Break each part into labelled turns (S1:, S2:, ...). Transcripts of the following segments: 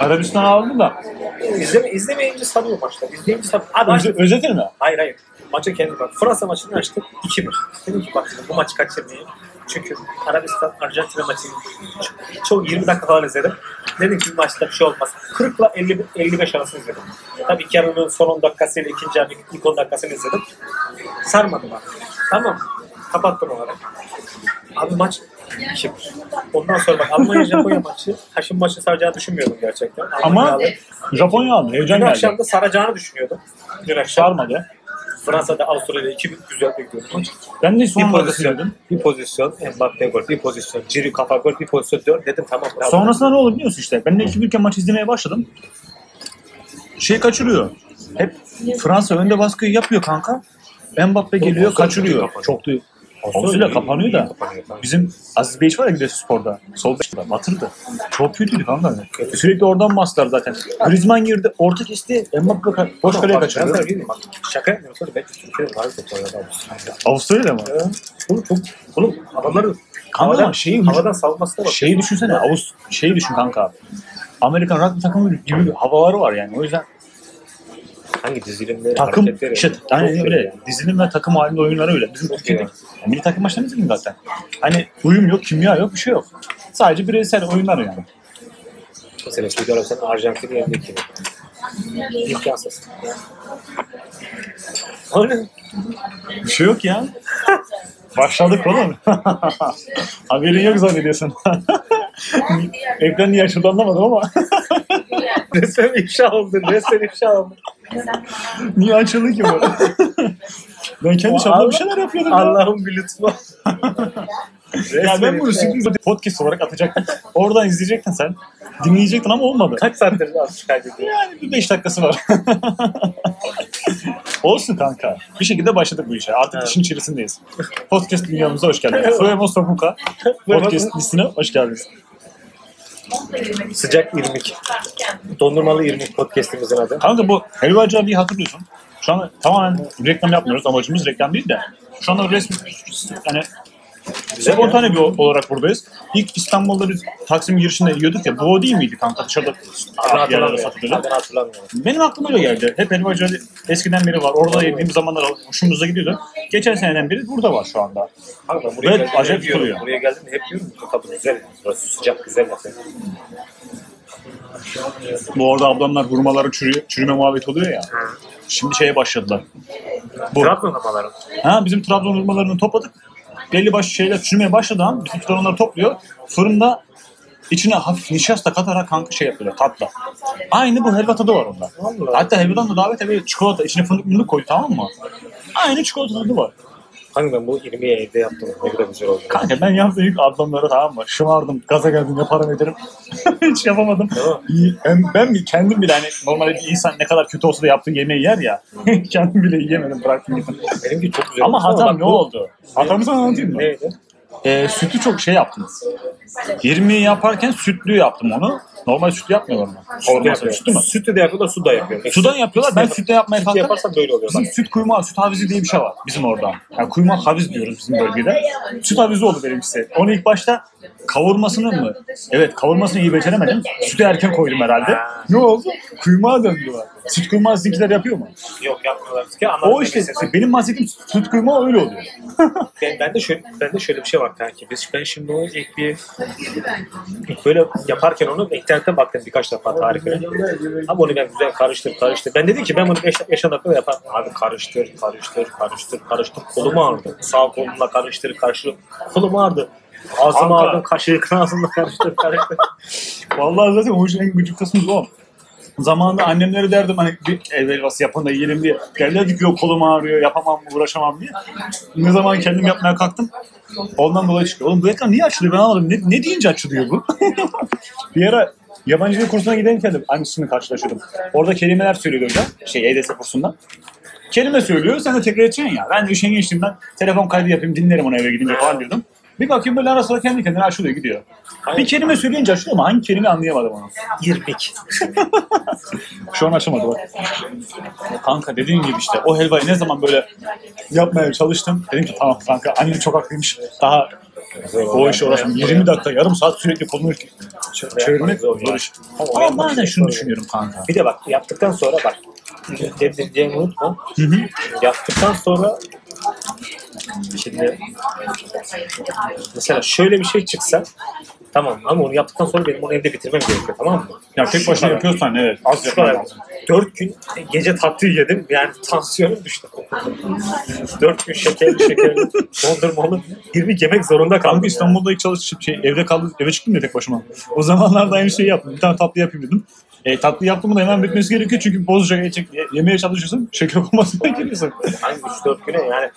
S1: Arabistan aldım da.
S2: İzleme, izlemeyince sarıyor maçlar. İzleyince sarıyor. Abi maç,
S1: Öz, özetir mi?
S2: hayır hayır. Maça kendi bak. Fransa maçını açtık 2-1. Dedim ki bak dedim, bu maçı kaçırmayayım. Çünkü Arabistan Arjantin maçını ço- çoğu 20 dakika falan izledim. Dedim ki bu maçta bir şey olmaz. 40 ile 50, 55 arası izledim. Tabii ilk yarının son 10 dakikasıyla ikinci yarının ilk 10 dakikasını izledim. Sarmadı bak. Tamam. Kapattım olarak. Abi maç 2-1. Ondan sonra bak Almanya-Japonya maçı, Haşim maçı saracağını düşünmüyordum gerçekten. Almanya
S1: Ama
S2: aldı.
S1: Japonya aldı. Heyecan
S2: Dün
S1: geldi.
S2: akşam da saracağını düşünüyordum. Dün akşam
S1: Sarmadı.
S2: Fransa'da Avustralya'da 2000 güzel bekliyordum. maç.
S1: Ben de son
S3: Bir
S1: maçı
S3: pozisyon,
S1: söyledim.
S3: bir pozisyon Mbappe gol, bir pozisyon Ciri kafa gol, bir pozisyon dört dedim tamam. tamam.
S1: Sonrasında ne olur biliyorsun işte. Ben de iki ülke maç izlemeye başladım. Şey kaçırıyor. Hep Fransa önde baskıyı yapıyor kanka. Mbappe geliyor
S3: Olsun,
S1: kaçırıyor.
S3: kapanıyor.
S1: Çok da
S3: Olsun,
S1: Omzuyla
S3: iyi,
S1: kapanıyor
S3: iyi
S1: da.
S3: kapanıyor, tamam.
S1: Bizim Aziz Bey var ya Giresun Spor'da. Sol bekle batırdı. Çok kötüydü kanka. Sürekli oradan bastılar zaten. Griezmann girdi. Orta kesti. Mbappe ka- boş kaleye
S3: Bak, Ben sana
S1: kaçırdı.
S3: diyeyim mi? Bak, şaka yapmıyorsun. Ben Türkiye'de var Avustralya'da. Avustralya'da.
S1: Avustralya'da mı?
S3: Oğlum çok, oğlum adamların
S1: Kanka
S3: havadan,
S1: ama şeyi, Şey,
S3: havadan savunmasına bak.
S1: şeyi düşünsene. Avust şeyi düşün kanka. Amerikan rugby takımı gibi bir havaları var yani. O yüzden
S3: Hangi dizilimleri,
S1: takım
S3: hareketleri.
S1: işte
S3: Çok
S1: yani
S3: şey
S1: öyle
S3: yani.
S1: dizilim ve takım halinde oyunları öyle. Bizim
S3: Çok
S1: Türkiye'de
S3: iyi.
S1: yani milli takım maçlarımız gibi zaten. Hani uyum yok, kimya yok, bir şey yok. Sadece bireysel oyunlar yani.
S3: Mesela Suudi Arabistan'ın Arjantin'i yendi kimi? İmkansız.
S2: Öyle.
S1: Bir şey yok ya. Başladık oğlum. Haberin yok zannediyorsun. Ekran niye açıldı anlamadım ama.
S2: Resmen ifşa oldu. Resmen ifşa oldu.
S1: niye açıldı ki bu? ben kendi çapımda
S2: Allah-
S1: bir şeyler yapıyordum. ya.
S2: Allah'ın bir lütfu.
S1: Ya ben bunu
S2: ifşa.
S1: sürpriz podcast olarak atacaktım. Oradan izleyecektin sen. Dinleyecektin ama olmadı. Hani
S2: Kaç saattir az kaybediyor.
S1: Yani bir 5 dakikası var. Olsun kanka. Bir şekilde başladık bu işe. Artık
S2: Evet.
S1: işin içerisindeyiz. Podcast dünyamıza hoş geldiniz. Fuemos Sokuka podcast listine hoş geldiniz.
S3: Sıcak irmik. Dondurmalı irmik podcastimizin adı.
S1: Kanka bu helvacı abiyi hatırlıyorsun. Şu an tamamen reklam yapmıyoruz. Amacımız reklam değil de. Şu anda resmi yani spontane bir o- olarak buradayız. İlk İstanbul'da biz Taksim girişinde yiyorduk ya. Bu o değil miydi kanka? Dışarıda
S3: Adını
S1: yerlerde
S3: hatırlamıyorum.
S1: satılıyor.
S3: Adını hatırlamıyorum.
S1: Benim aklıma öyle geldi. Hep helvacı Ali eskiden beri var. Orada yediğim zamanlar hoşumuza gidiyordu. Geçen seneden beri burada var şu anda.
S3: Abi ben
S1: Evet,
S3: geldiğimde
S1: acayip
S3: hep diyorum,
S1: duruyor.
S3: Buraya geldim de hep diyorum ki tadı güzel. Burası sıcak güzel bak.
S1: Bu arada ablamlar hurmaları çürü, çürüme muhabbeti oluyor ya. Şimdi şeye başladılar. Bu.
S2: Trabzon havaları.
S1: Ha, bizim Trabzon hurmalarını topladık. Belli başlı şeyler çürümeye başladı ama bizimkiler onları topluyor. Fırında içine hafif nişasta katarak kanka şey yapıyorlar tatlı. Aynı bu helva tadı var onda.
S2: Vallahi.
S1: Hatta helvadan da davet eve çikolata içine fındık mındık koydu tamam mı? Aynı çikolata tadı var.
S3: Hangi ben bu irmiği evde yaptım. Ne kadar güzel oldu.
S1: Kanka ben yaptım ilk adlamları tamam mı? Şımardım, gaza geldim, yaparım ederim. Hiç yapamadım.
S3: Tamam.
S1: İyi, Ben, ben bir kendim bile hani normalde bir insan ne kadar kötü olsa da yaptığı yemeği yer ya. kendim bile yiyemedim, bıraktım gittim.
S3: Benimki çok güzel
S1: Ama
S3: olmuş
S1: hatam
S3: Şey, bak
S1: ne
S3: bu-
S1: oldu? Hatamı sana anlatayım mı?
S3: Neydi?
S1: Ee, sütü çok şey yaptım. 20 yaparken sütlü yaptım onu. Normal sütlü yapmıyorlar mı?
S3: Sütü
S1: Olmaz
S3: yapıyor.
S1: sütlü mü?
S3: Sütü de yapıyorlar, su da yapıyorlar.
S1: Sudan yapıyorlar. Ben sütle yapmaya
S3: Sütü
S1: kalktım.
S3: yaparsan böyle oluyor bak.
S1: Bizim süt kuyma, süt havizi diye bir şey var bizim orada. Yani kuyma haviz diyoruz bizim bölgede. Süt havizi oldu benimkisi. Onu ilk başta kavurmasını mı? Evet kavurmasını iyi beceremedim. Sütü erken koydum herhalde. Ne oldu? Kuymağa döndüler. Süt kuyma sizinkiler yapıyor mu?
S2: Yok yapmıyorlar. Ki anladım
S1: O işte
S2: demek istediğim.
S1: benim bahsettiğim süt kuyma öyle oluyor.
S2: Ben, ben de şöyle, ben de şöyle bir şey var kanki. Biz ben şimdi onu ilk bir ilk böyle yaparken onu internetten baktım birkaç defa tarifine. Abi onu ben güzel karıştır karıştır. Ben dedim ki ben bunu 5 5 dakika yaparım. Abi karıştır karıştır karıştır karıştır. Kolumu ağrıdı. Sağ kolumla karıştır karıştır. Kolum ağrıdı. Ağzımı
S1: Kanka.
S2: aldım kaşığı ağzımla karıştır karıştır.
S1: Vallahi zaten o işin en gıcık kısmı da o. Zamanında annemlere derdim hani bir ev helvası yapın da yiyelim diye. Derlerdi ki yok kolum ağrıyor yapamam uğraşamam diye. Ne zaman kendim yapmaya kalktım ondan dolayı çıkıyor. Oğlum bu ekran niye açılıyor ben anlamadım. Ne, ne deyince açılıyor bu? bir ara yabancı dil kursuna giderken de aynısını karşılaşıyordum. Orada kelimeler söylüyordu hocam. Şey EDS kursundan. Kelime söylüyor sen de tekrar edeceksin ya. Ben de işe geçtiğimden telefon kaydı yapayım dinlerim onu eve gidince falan diyordum. Bir bakayım böyle ara sıra kendi kendine açılıyor gidiyor. Bir kelime söyleyince açılıyor ama hangi kelime anlayamadım onu.
S2: İrmik.
S1: Şu an açamadı bak. Kanka dediğim gibi işte o helvayı ne zaman böyle yapmaya çalıştım. Dedim ki tamam kanka annem çok haklıymış. Daha o işe uğraşmam. 20 dakika yarım saat sürekli kolunu
S3: Çö-
S1: Çevirmek
S3: yapmanız zor
S1: zor
S3: ya.
S1: iş.
S3: Ama o
S1: Ama
S3: yapmak
S1: bazen
S3: çok
S1: şunu
S3: zor ya.
S1: düşünüyorum kanka.
S3: Bir de bak yaptıktan sonra bak. Dediğimi unutma.
S1: Hı hı.
S3: Yaptıktan sonra şimdi mesela şöyle bir şey çıksa tamam ama onu yaptıktan sonra benim onu evde bitirmem gerekiyor tamam mı?
S1: Ya tek başına yapıyorsan evet.
S3: Az
S1: Az
S3: şu
S1: yapman
S3: kadar.
S1: lazım.
S3: Dört gün gece tatlı yedim. Yani tansiyonum düştü. Dört gün şekerli şekerli dondurmalı. 20 yemek zorunda kaldım.
S1: Kanka
S3: yani.
S1: İstanbul'da ilk çalışıp şey, evde kaldım, eve çıktım ya tek başıma. O zamanlarda aynı şeyi yaptım. Bir tane tatlı yapayım dedim. E, tatlı yaptım da hemen bitmesi gerekiyor çünkü bozacak, edecek. Ye- Yemeye çalışıyorsun, şeker komasına giriyorsun.
S3: Hangi 3-4 güne yani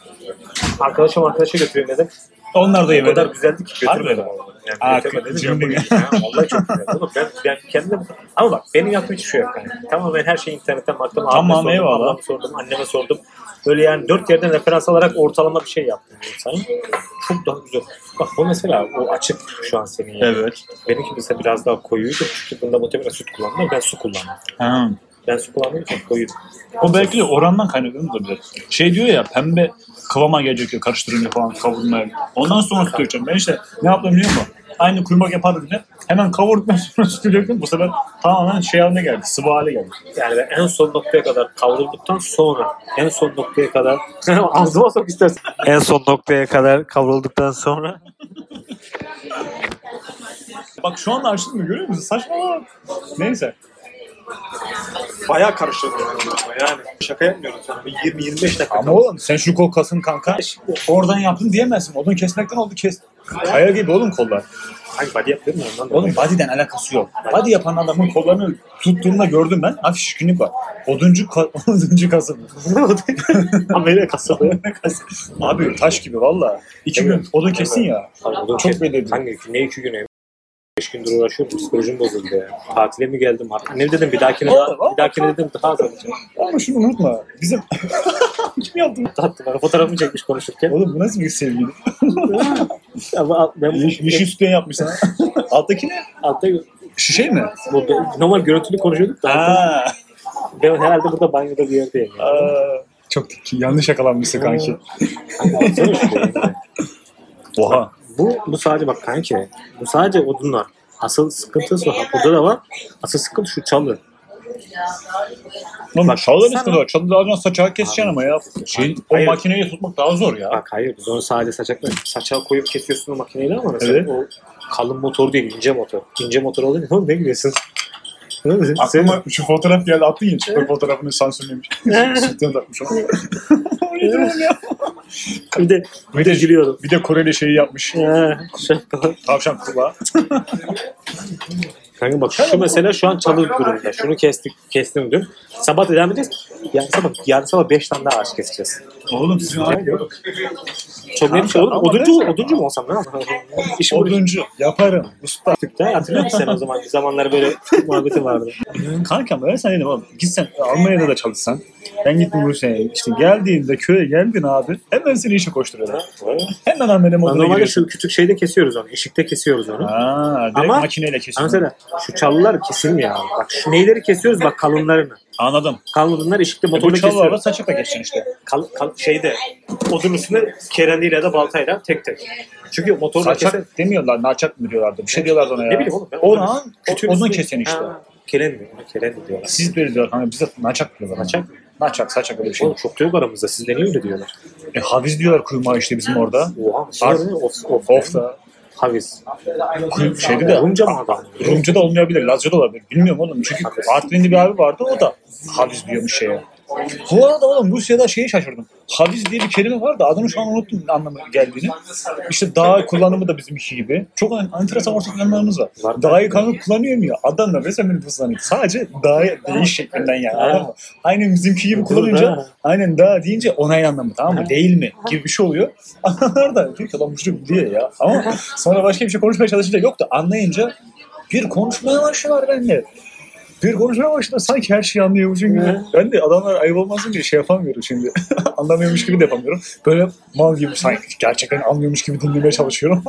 S3: arkadaşım arkadaşa götüreyim dedim.
S1: Onlar da
S3: O kadar
S1: yemedi.
S3: güzeldi ki
S1: Harbi Şey
S3: götürmedim.
S1: mi?
S3: onu. Yani
S1: Aa,
S3: götürmedim.
S1: cimri.
S3: Ya bu ne ya? Vallahi çok güzel. Oğlum ben, ben kendim... Ama bak benim yaptığım hiçbir şey yok. Yani. Tamamen her şeyi internetten baktım. Abime
S1: Tamam,
S3: sordum,
S1: eyvallah.
S3: ablama sordum, anneme sordum. Böyle yani dört yerden referans alarak ortalama bir şey yaptım insanın. Çok daha güzel. Bak bu mesela o açık şu an senin yani.
S1: Evet.
S3: Benimki mesela biraz daha koyuydu. Çünkü bunda muhtemelen süt kullanılır. Ben su kullandım.
S1: Ha.
S3: Ben su kullandığım için koyuydu.
S1: O belki de orandan kaynaklanıyor da biraz. Şey diyor ya pembe kıvama gelecek diyor karıştırınca falan kavurmaya. Ondan sonra süt dökeceğim. Ben işte ne yaptım biliyor musun? Aynı kuymak yapardım yine. Hemen kavurduktan sonra sütü döktüm. Bu sefer tamamen şey haline geldi. Sıvı hale geldi.
S3: Yani ben en son noktaya kadar kavrulduktan sonra en son noktaya kadar ağzıma sok istersen. En son noktaya kadar kavrulduktan sonra
S1: Bak şu anda açılmıyor görüyor musun? Saçmalama. Neyse.
S4: Bayağı karıştırdım yani. bunu. Yani şaka yapmıyorum sana. Bir 20-25 dakika.
S1: Ama oğlum sen şu kol kasın kanka. Oradan yaptın diyemezsin. Odun kesmekten oldu kes. Kaya gibi oğlum kollar.
S3: hangi body yapıyorum ya ondan
S1: Oğlum body'den alakası yok. Body yapan adamın kollarını tuttuğumda gördüm ben. Hafif şişkinlik var. Oduncu, ka- oduncu kasım.
S3: amele kasabı.
S1: Abi taş gibi valla. İki
S3: Evet.
S1: gün odun kesin ya. Çok belli ediyor.
S3: şey, Hangi ne iki güne? Beş gündür uğraşıyorum. Psikolojim bozuldu ya. Tatile mi geldim? artık? Ne dedim bir dahakine daha, bir dahakine dedim daha az alacağım.
S1: Ama şunu unutma. Bizim... Kim yaptı? bunu?
S3: Tatlı bana fotoğrafımı çekmiş konuşurken.
S1: Oğlum bu nasıl bir sevgili?
S3: Ama ben şey-
S1: Yeş- Yeşil sütten yapmışsın. Alttaki ne?
S3: altta
S1: Şişe mi?
S3: burada normal görüntülü konuşuyorduk da
S1: Ha.
S3: ben herhalde burada banyoda bir yerdeyim. Yani.
S1: Aa, Çok yanlış yakalanmışsın kanki.
S3: Baksana şuraya.
S1: Oha.
S3: Bu, bu sadece bak kanki. Bu sadece odunlar. Asıl sıkıntısı var. Odada da var. Asıl sıkıntı şu çalı.
S1: Oğlum
S3: Bak,
S1: çalıda bir
S3: sana-
S1: sıkıntı var. Çalıda ağzına saçağı keseceksin ama ya. Şey, o
S3: Hayır.
S1: makineyi tutmak daha zor ya.
S3: Bak hayır biz onu sadece saçakla saça koyup kesiyorsun o makineyle ama mesela
S1: Evet.
S3: o kalın motor değil ince motor. İnce motor olduğu için oğlum ne gülüyorsun? Oğlum Sen,
S1: Aklıma şu fotoğraf geldi attın ya. Çıkıyor fotoğrafını sansürlemiş. Sütten takmış ama. O neydi oğlum ya?
S3: bir de bir de gülüyorum.
S1: Bir de Koreli şeyi yapmış.
S3: Ha, şaka.
S1: Tavşan kulağı.
S3: Kanka bak şu mesela şu an çalı durumda. Şunu kestik, kestim dün. Sabah devam edeceğiz. Yarın sabah, yarın sabah 5 tane daha ağaç keseceğiz.
S1: Oğlum sizin abi
S3: Çok net bir şey olur. mu?
S1: Ama
S3: Oduncu, oduncu mu olsam ne yapayım? İşim bu
S1: oduncu. Yaparım. Usta.
S3: Türk'te hatırlıyor musun sen o zaman? Bir zamanlar böyle muhabbeti vardı.
S1: Kankam ben sana dedim oğlum. Gitsen Almanya'da da çalışsan. Ben gittim Rusya'ya. İşte geldiğinde köye geldin abi. Hemen seni işe koşturuyorlar. Hemen amele
S3: Lan
S1: moduna
S3: Normalde
S1: giriyorsun.
S3: şu küçük şeyde kesiyoruz onu. Eşikte kesiyoruz onu.
S1: Aa, direkt
S3: Ama-
S1: makineyle
S3: Ama
S1: kesiyorsun.
S3: mesela şu çalılar kesilmiyor abi. Bak şu neyleri kesiyoruz bak kalınlarını.
S1: Anladım. E,
S3: Kalınlar eşikte
S1: Bu
S3: motorla
S1: çalılarla
S3: kesiyoruz.
S1: saçakla keseceksin işte.
S3: Kal, kal- şeyde odun üstünde kereniyle ya da baltayla tek tek. Çünkü motorla kesen
S1: Saçak demiyorlar, naçak mı diyorlardı? Bir şey diyorlardı ona ya.
S3: ne bileyim oğlum ben.
S1: Orhan,
S3: Kütüğün
S1: odun
S3: üstünde-
S1: kesen işte.
S3: Ha, Kelen mi? Ona Kelen mi diyorlar?
S1: Siz böyle diyorlar kanka, bize naçak diyorlar.
S3: Saçak.
S1: Naçak, saçak öyle bir şey.
S3: Oğlum çok diyor aramızda. Siz niye öyle diyorlar?
S1: E, haviz diyorlar kuymağı işte bizim orada.
S3: Oha. Şey
S1: Ar-
S3: ne? Of, of, Şey
S1: Of da.
S3: Haviz.
S1: Kuy- şeyde de
S3: Rumca mı adam?
S1: Rumca da olmayabilir, Lazca da olabilir. Bilmiyorum oğlum. Çünkü Artvinli bir abi vardı o da Haviz diyormuş şeye. Bu arada oğlum Rusya'da şeye şaşırdım. Haviz diye bir kelime var da adını şu an unuttum anlamı geldiğini. İşte dağ kullanımı da bizimki gibi. Çok en- enteresan ortak yanlarımız var.
S3: Var.
S1: Dağı kanka kullanıyor mu ya? Adamla resmen nüfuslanıyor. Sadece dağı değiş şeklinden yani. Anladın mı? Aynen bizimki gibi kullanınca aynen dağ deyince onay anlamı tamam mı? Değil mi? Gibi bir şey oluyor. Anlar da diyor ki lan bu çocuk diye ya. Ama sonra başka bir şey konuşmaya çalışınca yok da anlayınca bir konuşmaya başlıyorlar benimle. Bir konuşmaya başlıyor. Sanki her şeyi anlıyormuşum gibi.
S3: Hı.
S1: Ben de adamlar ayıp olmasın diye şey yapamıyorum şimdi. Anlamıyormuş gibi de yapamıyorum. Böyle mal gibi sanki gerçekten anlıyormuş gibi dinlemeye çalışıyorum.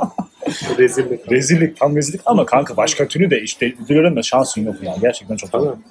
S3: Rezillik.
S1: rezillik, tam rezillik ama kanka başka türlü de işte öğrenme şansın yok ya. Gerçekten çok
S3: Tamam.